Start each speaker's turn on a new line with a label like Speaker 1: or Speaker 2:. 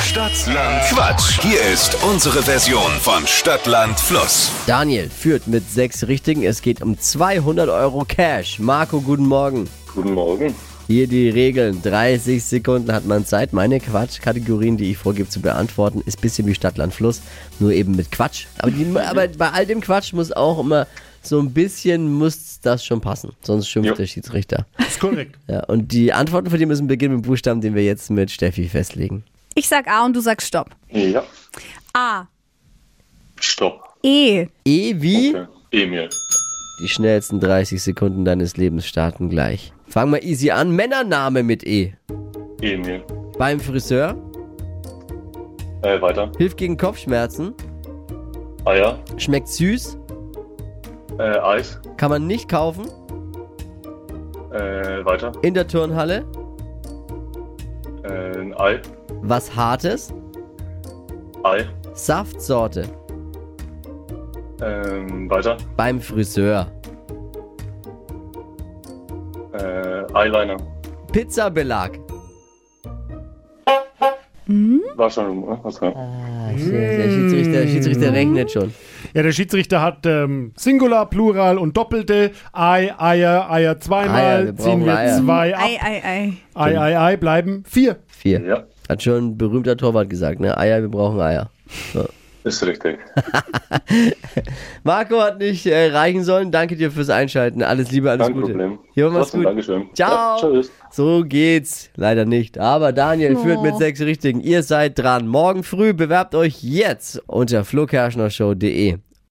Speaker 1: Stadtland Quatsch. Hier ist unsere Version von Stadtland Fluss.
Speaker 2: Daniel führt mit sechs Richtigen. Es geht um 200 Euro Cash. Marco, guten Morgen.
Speaker 3: Guten Morgen.
Speaker 2: Hier die Regeln. 30 Sekunden hat man Zeit, meine Quatschkategorien, die ich vorgebe, zu beantworten. Ist bisschen wie Stadtland Fluss, nur eben mit Quatsch. Aber, die, aber bei all dem Quatsch muss auch immer so ein bisschen muss das schon passen. Sonst schimpft
Speaker 3: Jo.
Speaker 2: der Schiedsrichter.
Speaker 4: Ist korrekt.
Speaker 2: Ja, und die Antworten für die müssen beginnen mit dem Buchstaben, den wir jetzt mit Steffi festlegen.
Speaker 5: Ich sag A und du sagst Stopp.
Speaker 3: Ja.
Speaker 5: A.
Speaker 3: Stopp.
Speaker 5: E.
Speaker 2: E wie?
Speaker 3: Okay. Emil.
Speaker 2: Die schnellsten 30 Sekunden deines Lebens starten gleich. Fang mal easy an. Männername mit E.
Speaker 3: Emil.
Speaker 2: Beim Friseur.
Speaker 3: Äh, weiter.
Speaker 2: Hilft gegen Kopfschmerzen.
Speaker 3: Eier.
Speaker 2: Schmeckt süß.
Speaker 3: Äh, Eis.
Speaker 2: Kann man nicht kaufen.
Speaker 3: Äh, weiter.
Speaker 2: In der Turnhalle.
Speaker 3: Äh, ein Ei.
Speaker 2: Was Hartes.
Speaker 3: Ei.
Speaker 2: Saftsorte.
Speaker 3: Ähm, weiter.
Speaker 2: Beim Friseur.
Speaker 3: Äh, Eyeliner.
Speaker 2: Pizzabelag.
Speaker 3: War schon rum, oder? Was war?
Speaker 2: Der Schiedsrichter, der Schiedsrichter rechnet schon.
Speaker 4: Ja, der Schiedsrichter hat ähm, Singular, Plural und Doppelte. Ei, Eier, Eier
Speaker 2: Eier,
Speaker 4: zweimal.
Speaker 2: wir brauchen
Speaker 4: Ziehen wir
Speaker 2: Eier.
Speaker 4: zwei ab.
Speaker 5: Ei, ei, ei.
Speaker 4: Ei, ei, ei, bleiben vier.
Speaker 2: Vier.
Speaker 3: Ja.
Speaker 2: Hat schon ein berühmter Torwart gesagt, ne? Eier, wir brauchen Eier.
Speaker 3: Ist richtig.
Speaker 2: Marco hat nicht äh, reichen sollen. Danke dir fürs Einschalten. Alles Liebe, alles
Speaker 3: Kein
Speaker 2: Gute.
Speaker 3: Problem.
Speaker 2: Jo, mach's
Speaker 3: Trotzdem
Speaker 2: gut.
Speaker 3: Dankeschön.
Speaker 2: Ciao.
Speaker 3: Ja, tschüss.
Speaker 2: So geht's. Leider nicht. Aber Daniel führt mit sechs Richtigen. Ihr seid dran. Morgen früh bewerbt euch jetzt unter flokerschnershow.de.